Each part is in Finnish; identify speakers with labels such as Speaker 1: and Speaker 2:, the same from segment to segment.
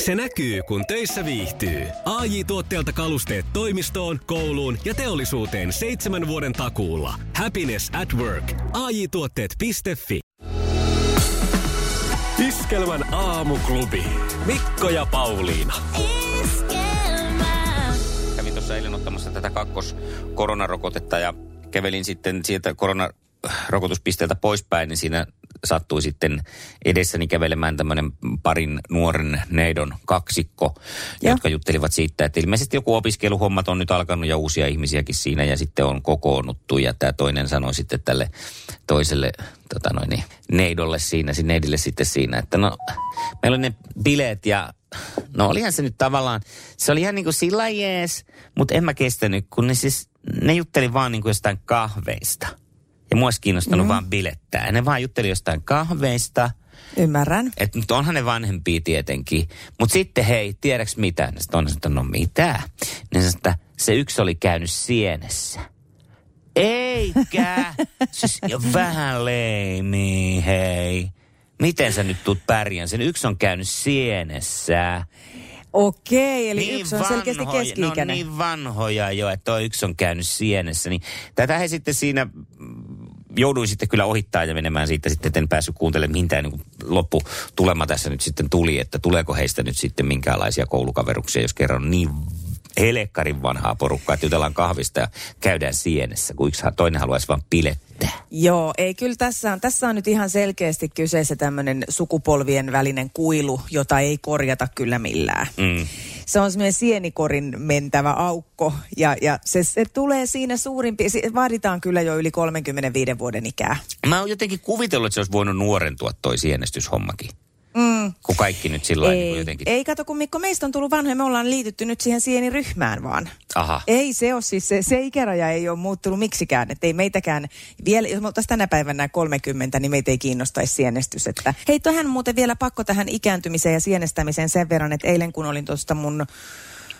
Speaker 1: Se näkyy, kun töissä viihtyy. ai tuotteelta kalusteet toimistoon, kouluun ja teollisuuteen seitsemän vuoden takuulla. Happiness at work. ai tuotteetfi Iskelmän aamuklubi. Mikko ja Pauliina.
Speaker 2: Kävin tuossa eilen ottamassa tätä kakkos koronarokotetta ja kävelin sitten sieltä koronarokotuspisteeltä poispäin, niin siinä sattui sitten edessäni kävelemään tämmöinen parin nuoren neidon kaksikko, ja. jotka juttelivat siitä, että ilmeisesti joku opiskeluhommat on nyt alkanut ja uusia ihmisiäkin siinä ja sitten on kokoonnuttu ja tämä toinen sanoi sitten tälle toiselle tota noin, niin, neidolle siinä, si- neidille sitten siinä, että no meillä on ne bileet ja no olihan se nyt tavallaan, se oli ihan niin kuin sillä jees, mutta en mä kestänyt, kun ne siis, ne jutteli vaan niin kuin jostain kahveista. Ja mua olisi kiinnostanut mm. vaan bilettää. Ja ne vaan jutteli jostain kahveista,
Speaker 3: Ymmärrän.
Speaker 2: että nyt onhan ne vanhempia tietenkin. Mutta sitten hei, tiedäks mitä? Ne sitten on sanonut, että no mitä? Ne sanoi, että se yksi oli käynyt sienessä. Eikä! siis jo vähän leimi, hei. Miten sä nyt tuut pärjään? Sen yksi on käynyt sienessä.
Speaker 3: Okei, eli niin yksi on selkeästi keski-ikäinen.
Speaker 2: No niin vanhoja jo, että toi yksi on käynyt sienessä. Niin tätä he sitten siinä mm, jouduin sitten kyllä ohittaa ja menemään siitä sitten, että en päässyt kuuntelemaan mintään niin loppu tulema tässä nyt sitten tuli, että tuleeko heistä nyt sitten minkäänlaisia koulukaveruksia, jos kerran on niin helekkarin vanhaa porukkaa, että jutellaan kahvista ja käydään sienessä, kun yksi toinen haluaisi vain pilettää.
Speaker 3: Joo, ei kyllä tässä on, tässä on nyt ihan selkeästi kyseessä tämmöinen sukupolvien välinen kuilu, jota ei korjata kyllä millään.
Speaker 2: Mm.
Speaker 3: Se on semmoinen sienikorin mentävä aukko ja, ja se, se tulee siinä suurin pi- si- vaaditaan kyllä jo yli 35 vuoden ikää.
Speaker 2: Mä oon jotenkin kuvitellut, että se olisi voinut nuorentua toi sienestyshommakin. Mm. Kun kaikki nyt sillä lailla niin
Speaker 3: Ei,
Speaker 2: jotenkin...
Speaker 3: ei kato, kun Mikko, meistä on tullut vanhoja, me ollaan liitytty nyt siihen sieniryhmään vaan.
Speaker 2: Aha.
Speaker 3: Ei se ole siis, se, se ikäraja ei ole muuttunut miksikään, että ei meitäkään vielä, jos me oltaisiin tänä päivänä 30, niin meitä ei kiinnostaisi sienestys. Että, hei, tähän muuten vielä pakko tähän ikääntymiseen ja sienestämiseen sen verran, että eilen kun olin tuosta mun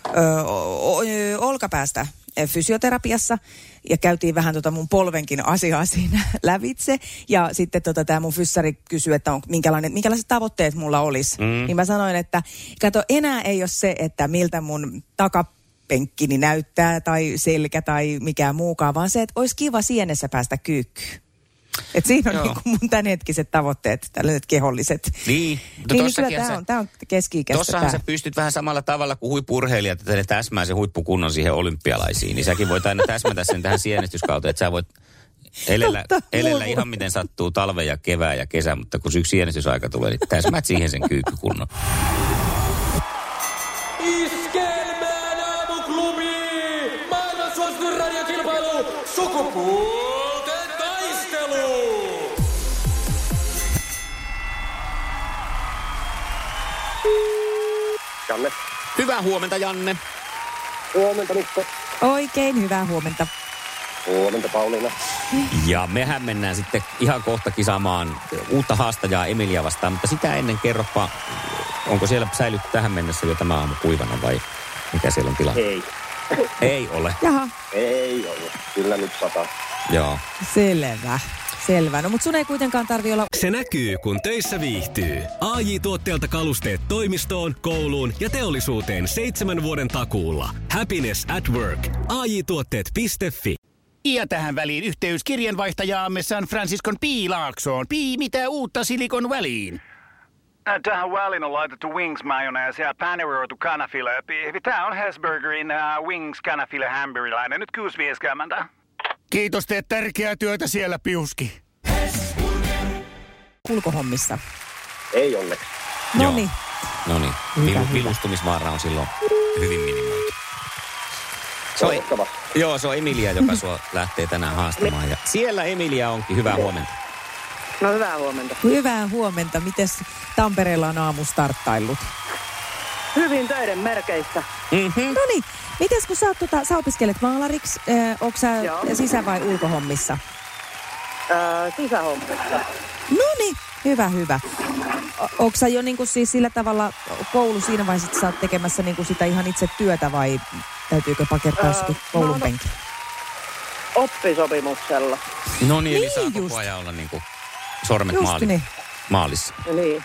Speaker 3: ö, o- o- ö, olkapäästä ö, fysioterapiassa ja käytiin vähän tota mun polvenkin asiaa siinä lävitse. Ja sitten tota tämä mun fyssari kysyi, että on, minkälainen, minkälaiset tavoitteet mulla olisi. Mm. Niin mä sanoin, että kato enää ei ole se, että miltä mun takapenkkini näyttää tai selkä tai mikään muukaan, vaan se, että olisi kiva sienessä päästä kyykkyyn. Et siinä on
Speaker 2: Joo.
Speaker 3: niinku mun tämänhetkiset tavoitteet, tällaiset keholliset.
Speaker 2: Niin, mutta
Speaker 3: niin, niin kyllä
Speaker 2: tossakin
Speaker 3: tämä
Speaker 2: sä-
Speaker 3: on, tää on keski-ikäistä.
Speaker 2: Tossahan
Speaker 3: tää.
Speaker 2: sä pystyt vähän samalla tavalla kuin huippurheilijat, että ne täsmää se huippukunnon siihen olympialaisiin. Niin säkin voit aina täsmätä sen tähän sienestyskauteen, että sä voit elellä,
Speaker 3: Totta,
Speaker 2: elellä
Speaker 3: mulla-
Speaker 2: ihan miten sattuu talve ja kevää ja kesä, mutta kun yksi sienestysaika tulee, niin täsmät siihen sen kyykkykunnon.
Speaker 4: Iskelmään aamuklubi! Maailman suosituin radiokilpailu! Sukupuolten taistelu!
Speaker 5: Janne.
Speaker 2: Hyvää huomenta, Janne.
Speaker 5: Huomenta Mikko.
Speaker 3: Oikein hyvää huomenta.
Speaker 5: Huomenta Pauliina.
Speaker 2: Ja mehän mennään sitten ihan kohta kisaamaan uutta haastajaa Emilia vastaan, mutta sitä ennen kerropa, onko siellä säilytty tähän mennessä jo tämä aamu kuivana vai mikä siellä on tilanne?
Speaker 5: Ei.
Speaker 2: Ei ole.
Speaker 3: Jaha,
Speaker 5: Ei ollut. Kyllä nyt sata.
Speaker 2: Joo.
Speaker 3: selvä. Selvä. No mutta sun ei kuitenkaan tarvi olla
Speaker 1: Se näkyy, kun töissä viihtyy. ai tuotteelta kalusteet toimistoon, kouluun ja teollisuuteen seitsemän vuoden takuulla. Happiness at work. ai tuotteetfi
Speaker 6: Ja tähän väliin yhteys kirjanvaihtajaamme San Franciscon P. Laaksoon. Pii, mitä uutta Silikon väliin?
Speaker 7: Ä, Äh, Tähän väliin on laitettu wings mayonnaise ja paneroitu kanafila. Tämä on Hesburgerin uh, wings kanafila hamburilainen. Nyt kuusi vieskäämäntä.
Speaker 6: Kiitos, teet tärkeää työtä siellä, Piuski.
Speaker 3: kulkohommissa.
Speaker 5: Ei onneksi.
Speaker 3: No niin.
Speaker 2: No niin, Vilu, vilustumisvaara on silloin hyvin minimoitu. Se on,
Speaker 5: Toivottavasti.
Speaker 2: joo, se on Emilia, joka sua lähtee tänään haastamaan. Ja siellä Emilia onkin. Hyvää huomenta.
Speaker 8: No hyvää huomenta.
Speaker 3: Hyvää huomenta. Mites Tampereella on aamu starttaillut?
Speaker 8: Hyvin töiden merkeissä.
Speaker 3: No niin. Mites kun sä, oot, tota, sä opiskelet maalariksi, äh, onko sä
Speaker 8: Joo.
Speaker 3: sisä- vai ulkohommissa?
Speaker 8: Öö, sisähommissa.
Speaker 3: No niin, hyvä, hyvä. O- onko sä jo niinku siis sillä tavalla koulu siinä vaiheessa, että sä oot tekemässä niinku sitä ihan itse työtä vai täytyykö pakertaa
Speaker 8: Öö,
Speaker 3: jossakin
Speaker 8: mä
Speaker 3: koulun
Speaker 8: oon-
Speaker 3: penkille?
Speaker 8: Oppisopimuksella.
Speaker 2: No niin, eli
Speaker 3: Niin
Speaker 2: saa koko
Speaker 3: just.
Speaker 2: ajan olla niinku sormet
Speaker 3: Just
Speaker 2: maali,
Speaker 3: niin.
Speaker 2: maalissa.
Speaker 8: Niin.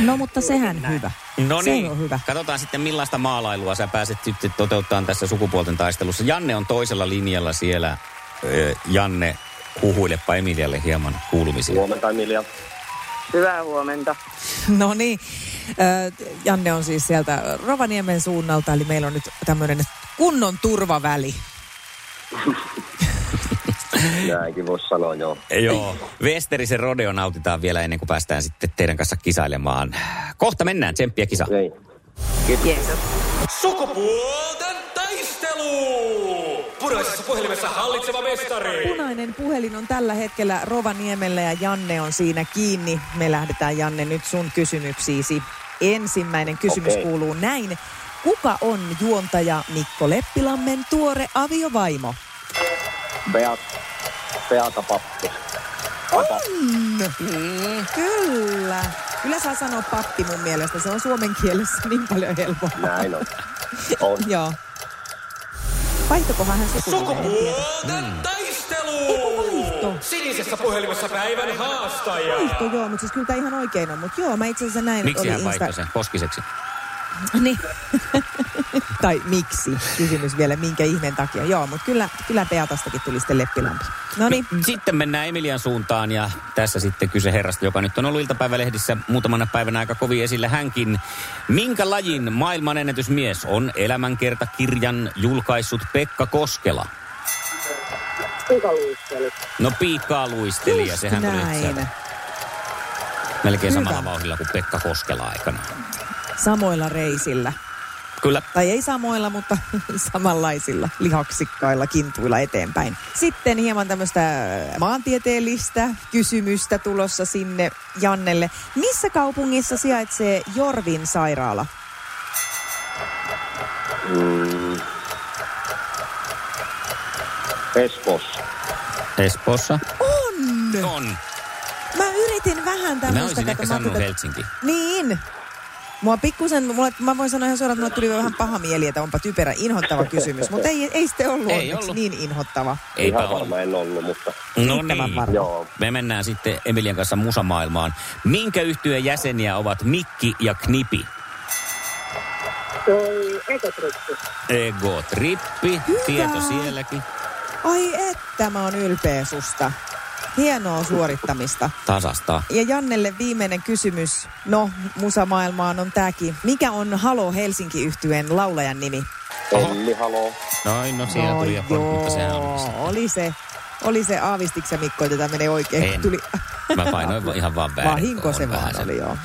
Speaker 3: No mutta sehän hyvä.
Speaker 2: No
Speaker 3: Se
Speaker 2: niin,
Speaker 3: on hyvä.
Speaker 2: katsotaan sitten millaista maalailua sä pääset sitten toteuttamaan tässä sukupuolten taistelussa. Janne on toisella linjalla siellä. Ö, Janne, huhuilepa Emilialle hieman kuulumisia.
Speaker 5: Huomenta Emilia.
Speaker 8: Hyvää huomenta.
Speaker 3: No niin. Ö, Janne on siis sieltä Rovaniemen suunnalta, eli meillä on nyt tämmöinen kunnon turvaväli.
Speaker 5: Näinkin voisi sanoa, joo.
Speaker 2: Joo. Westerisen rodeo nautitaan vielä ennen kuin päästään sitten teidän kanssa kisailemaan. Kohta mennään, tsemppiä kisa.
Speaker 5: Ei.
Speaker 8: Jeesus.
Speaker 4: Sukupuolten taistelu! Puraisessa puhelimessa hallitseva mestari.
Speaker 3: Punainen puhelin on tällä hetkellä Rovaniemellä ja Janne on siinä kiinni. Me lähdetään Janne nyt sun kysymyksiisi. Ensimmäinen kysymys
Speaker 5: Okei.
Speaker 3: kuuluu näin. Kuka on juontaja Mikko Leppilammen tuore aviovaimo?
Speaker 5: Beat, Beata Pappi.
Speaker 3: Mm, Kyllä. Kyllä saa sanoa pappi mun mielestä. Se on suomen kielessä niin paljon helpompaa.
Speaker 5: Näin on. On.
Speaker 3: Joo. Vaihtokohan hän sukupuoleen?
Speaker 4: Sukupuolten
Speaker 3: Eiku
Speaker 4: taistelu!
Speaker 3: vaihto.
Speaker 4: Sinisessä puhelimessa päivän haastaja.
Speaker 3: Vaihto, joo, mutta siis kyllä tämä ihan oikein on. Mutta joo, mä itse asiassa näin.
Speaker 2: Miksi
Speaker 3: oli
Speaker 2: hän vaihtoi
Speaker 3: Insta-
Speaker 2: sen poskiseksi?
Speaker 3: Niin. tai miksi? Kysymys vielä, minkä ihmeen takia. Joo, mutta kyllä, kyllä Beatastakin tuli sitten leppilampi. No niin,
Speaker 2: Sitten mennään Emilian suuntaan ja tässä sitten kyse herrasta, joka nyt on ollut iltapäivälehdissä muutamana päivänä aika kovin esillä hänkin. Minkä lajin maailmanennätysmies on elämänkertakirjan julkaissut Pekka Koskela? No piikkaa luistelija, sehän tuli sieltä
Speaker 3: näin.
Speaker 2: melkein
Speaker 3: Hyvä.
Speaker 2: samalla vauhdilla kuin Pekka Koskela aikana.
Speaker 3: Samoilla reisillä.
Speaker 2: Kyllä,
Speaker 3: Tai ei samoilla, mutta samanlaisilla lihaksikkailla kintuilla eteenpäin. Sitten hieman tämmöistä maantieteellistä kysymystä tulossa sinne Jannelle. Missä kaupungissa sijaitsee Jorvin sairaala?
Speaker 5: Espoossa.
Speaker 2: Espoossa
Speaker 3: On!
Speaker 2: on.
Speaker 3: Mä yritin vähän
Speaker 2: Mä
Speaker 3: tämmöistä.
Speaker 2: olisin ehkä
Speaker 3: kato, mä
Speaker 2: sanonut
Speaker 3: ajattelin, että-
Speaker 2: Helsinki.
Speaker 3: Niin. Mua pikkusen, mulle, mä voin sanoa ihan suoraan, että mulle tuli vähän paha mieli, että onpa typerä inhottava kysymys, mutta ei, ei sitten ollut,
Speaker 2: Ei
Speaker 3: onneksi
Speaker 2: ollut.
Speaker 3: niin inhottava.
Speaker 2: Eipä
Speaker 5: Ihan
Speaker 2: ollut.
Speaker 5: varma en ollut, mutta
Speaker 2: No
Speaker 3: Riittävän
Speaker 2: niin.
Speaker 3: varma.
Speaker 5: joo.
Speaker 2: Me mennään sitten Emilian kanssa musamaailmaan. Minkä yhtyeen jäseniä ovat Mikki ja Knipi? Ego Trippi,
Speaker 3: Hyvä.
Speaker 2: tieto sielläkin.
Speaker 3: Ai että, mä oon ylpeä susta. Hienoa suorittamista.
Speaker 2: Tasasta.
Speaker 3: Ja Jannelle viimeinen kysymys. No, musamaailmaan on tääkin. Mikä on Halo helsinki yhtyeen laulajan nimi?
Speaker 5: Elli, haloo.
Speaker 2: Noin, no siellä
Speaker 3: no,
Speaker 2: tuli jo korkki, mutta sehän
Speaker 3: joo,
Speaker 2: on.
Speaker 3: oli se. Oli se aavistiksen Mikko, jota menee oikein. kun
Speaker 2: En.
Speaker 3: Tuli...
Speaker 2: Mä painoin va- ihan vaan väärin.
Speaker 3: Vahinko se
Speaker 2: On vähän
Speaker 3: vaan
Speaker 2: se.
Speaker 3: oli, joo.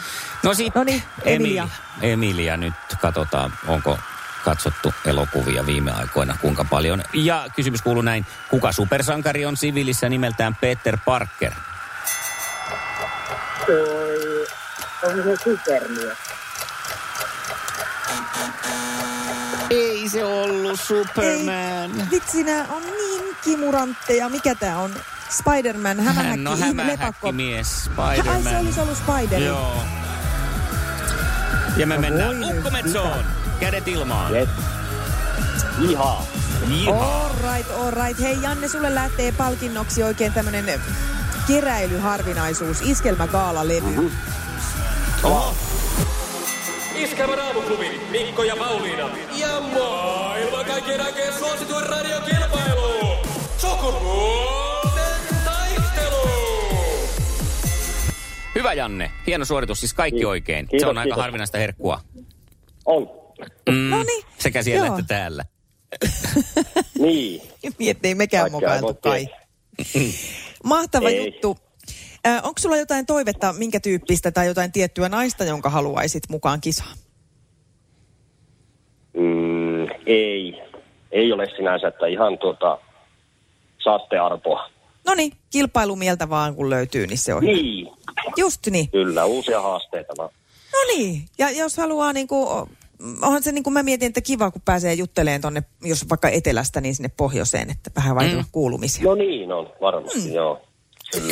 Speaker 2: No sit,
Speaker 3: Noniin, niin, Emilia.
Speaker 2: Emilia. Emilia, nyt katsotaan, onko katsottu elokuvia viime aikoina, kuinka paljon. Ja kysymys kuuluu näin, kuka supersankari on siviilissä nimeltään Peter Parker? Ei se ollut
Speaker 3: Ei, vitsi, nää on niin kimurantteja. Mikä tää on? Spider-Man, hämähäkki,
Speaker 2: Hän on
Speaker 3: ihme, lepakko.
Speaker 2: hämähäkkimies,
Speaker 3: Ai se
Speaker 2: No, Spider-Man.
Speaker 3: olisi ollut Spider.
Speaker 2: Joo. Ja me mennään
Speaker 3: No voi nyt
Speaker 2: ukkometsoon. Kädet ilmaan.
Speaker 5: Jes. Ihan.
Speaker 2: Jiha.
Speaker 3: All right, all right. Hei Janne, sulle lähtee palkinnoksi oikein tämmönen keräilyharvinaisuus, iskelmäkaalalevy. Mm-hmm.
Speaker 4: Iskävän aamuklubi, Mikko ja Pauliina. Ja maailman kaikkien aikeen suosituen radiokilpailu. Sukupuolten taistelu.
Speaker 2: Hyvä Janne. Hieno suoritus, siis kaikki oikein. Se
Speaker 5: Kiitos,
Speaker 2: on aika
Speaker 5: kiitos.
Speaker 2: harvinaista herkkua.
Speaker 5: On.
Speaker 3: No niin.
Speaker 2: Mm. Sekä siellä
Speaker 3: Joo.
Speaker 2: että täällä.
Speaker 5: Niin.
Speaker 3: Niin, ettei mekään
Speaker 5: Kaikkea ei
Speaker 3: mokailtu
Speaker 5: voi
Speaker 3: kai. Mahtava
Speaker 5: Ei.
Speaker 3: juttu. Ö, Onko sulla jotain toivetta, minkä tyyppistä tai jotain tiettyä naista, jonka haluaisit mukaan kisaan?
Speaker 5: Mm, ei. Ei ole sinänsä, että ihan tuota, saatte arpoa.
Speaker 3: No niin, kilpailumieltä vaan kun löytyy, niin se on. hyvä.
Speaker 5: Niin.
Speaker 3: Just niin.
Speaker 5: Kyllä, uusia haasteita. No,
Speaker 3: No niin, ja jos haluaa niin kuin, onhan se niin kuin mä mietin, että kiva kun pääsee jutteleen tonne, jos vaikka etelästä, niin sinne pohjoiseen, että vähän vaihtuu kuulumisia.
Speaker 5: no niin on, varmasti mm. joo.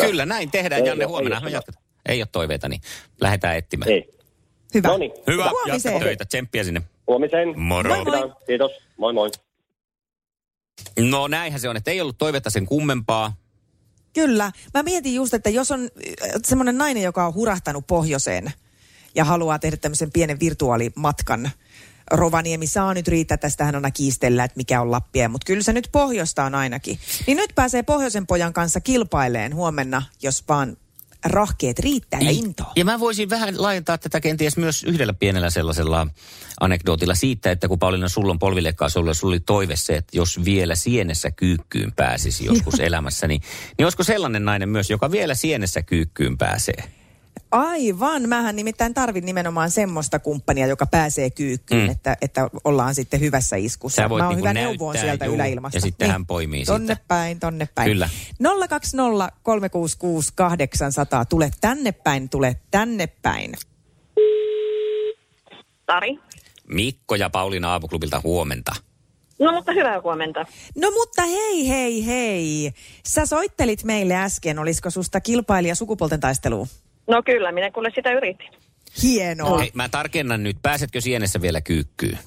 Speaker 2: Kyllä, näin tehdään
Speaker 5: Ei
Speaker 2: Janne
Speaker 5: oo,
Speaker 2: huomenna.
Speaker 5: ei oo.
Speaker 2: jatketaan. Ei ole toiveita, niin lähdetään etsimään.
Speaker 5: Ei.
Speaker 3: Hyvä.
Speaker 5: No niin.
Speaker 2: Hyvä,
Speaker 3: Huomiseen.
Speaker 2: jatka töitä. Tsemppiä sinne.
Speaker 5: Huomiseen.
Speaker 2: Moro.
Speaker 3: Moi moi.
Speaker 5: Kiitos. Moi moi.
Speaker 2: No näinhän se on, että ei ollut toivetta sen kummempaa.
Speaker 3: äh, Kyllä. Mä mietin just, että jos on semmoinen nainen, joka on hurahtanut pohjoiseen, ja haluaa tehdä tämmöisen pienen virtuaalimatkan. Rovaniemi saa nyt riittää, tästähän aina kiistellä, että mikä on Lappia, mutta kyllä se nyt pohjoista on ainakin. Niin nyt pääsee pohjoisen pojan kanssa kilpaileen huomenna, jos vaan rahkeet riittää ja intoa.
Speaker 2: Niin. Ja mä voisin vähän laajentaa tätä kenties myös yhdellä pienellä sellaisella anekdootilla siitä, että kun Pauliina sulla on polvillekaan sulla, sulla oli toive se, että jos vielä sienessä kyykkyyn pääsisi joskus elämässä, niin, niin olisiko sellainen nainen myös, joka vielä sienessä kyykkyyn pääsee?
Speaker 3: Aivan, mähän nimittäin tarvin nimenomaan semmoista kumppania, joka pääsee kyykkyyn,
Speaker 2: Mm.
Speaker 3: mm. että, että ollaan sitten hyvässä iskussa.
Speaker 2: Sä voit
Speaker 3: Mä oon
Speaker 2: niinku
Speaker 3: hyvä
Speaker 2: näyttää,
Speaker 3: neuvoon sieltä
Speaker 2: juu,
Speaker 3: yläilmasta. Niin.
Speaker 2: ja sitten hän poimii
Speaker 3: tonne
Speaker 2: siitä.
Speaker 3: päin, tonne päin.
Speaker 2: Kyllä.
Speaker 3: 020 366 800. Tule tänne päin, tule tänne päin.
Speaker 8: Sari.
Speaker 2: Mikko ja Pauliina Aamuklubilta huomenta.
Speaker 8: No mutta hyvää huomenta.
Speaker 3: No mutta hei, hei, hei. Sä soittelit meille äsken, olisiko susta kilpailija sukupuolten taisteluun?
Speaker 8: No kyllä, minä kuule sitä yritin.
Speaker 3: Hienoa.
Speaker 2: Hei, mä tarkennan nyt, pääsetkö sienessä vielä kyykkyyn?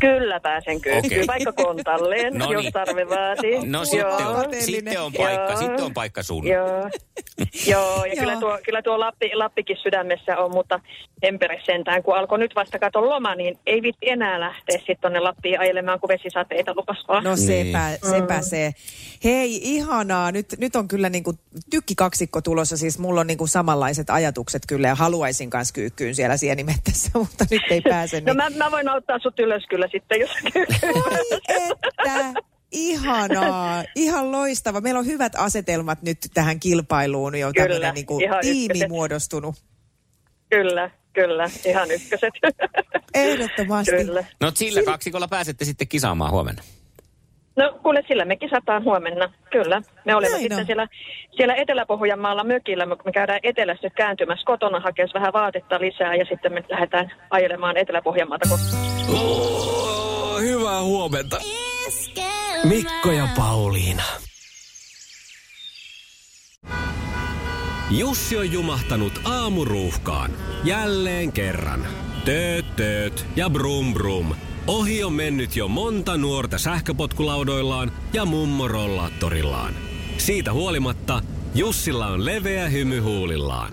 Speaker 8: Kyllä pääsen kyllä,
Speaker 2: Okei.
Speaker 8: okay. vaikka kontalleen,
Speaker 2: No
Speaker 8: jos
Speaker 2: niin.
Speaker 8: tarve vaatii.
Speaker 2: No
Speaker 8: Joo.
Speaker 2: sitten on,
Speaker 3: Pateellinen.
Speaker 2: sitten on paikka,
Speaker 8: Joo.
Speaker 2: sitten on paikka sun.
Speaker 8: Joo. Joo, ja kyllä
Speaker 3: Joo.
Speaker 8: tuo, kyllä tuo Lappi, Lappikin sydämessä on, mutta empere sentään, kun alkoi nyt vasta katon loma, niin ei vitti enää lähteä sitten tonne Lappiin ajelemaan, kun vesisateita lupas vaan. Mm.
Speaker 3: No
Speaker 8: No.
Speaker 3: sepä, sepä se. Hei, ihanaa. Nyt, nyt on kyllä niin kuin tykkikaksikko tulossa. Siis mulla on niin kuin samanlaiset ajatukset kyllä ja haluaisin kanssa kyykkyyn siellä sienimettässä, mutta nyt ei pääse.
Speaker 8: No
Speaker 3: Niin.
Speaker 8: mä, mä voin auttaa sut ylös kyllä sitten, jos
Speaker 3: Voi että, ihanaa. Ihan loistava. Meillä on hyvät asetelmat nyt tähän kilpailuun. Jo
Speaker 8: Kyllä,
Speaker 3: tämmöinen niin kuin
Speaker 8: ihan
Speaker 3: tiimi
Speaker 8: ykköset.
Speaker 3: muodostunut.
Speaker 8: Kyllä, kyllä, ihan ykköset.
Speaker 3: Ehdottomasti.
Speaker 8: Kyllä.
Speaker 2: No sillä kaksikolla pääsette sitten kisaamaan huomenna.
Speaker 8: No kuule, sillä me kisataan huomenna, kyllä. Me
Speaker 3: Näin
Speaker 8: olemme Näin sitten
Speaker 3: on.
Speaker 8: siellä, siellä Etelä-Pohjanmaalla mökillä, me, me käydään etelässä nyt kääntymässä kotona, hakemassa vähän vaatetta lisää ja sitten me lähdetään ajelemaan Etelä-Pohjanmaata kohti.
Speaker 1: Oh, Hyvää huomenta. Mikko ja Pauliina. Jussi on jumahtanut aamuruuhkaan. Jälleen kerran. Tööt, tööt ja brum brum. Ohi on mennyt jo monta nuorta sähköpotkulaudoillaan ja mummorollaattorillaan. Siitä huolimatta Jussilla on leveä hymy huulillaan.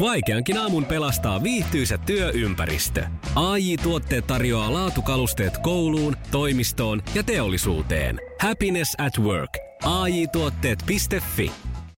Speaker 1: Vaikeankin aamun pelastaa viihtyisä työympäristö. AI Tuotteet tarjoaa laatukalusteet kouluun, toimistoon ja teollisuuteen. Happiness at work. AJ-tuotteet.fi.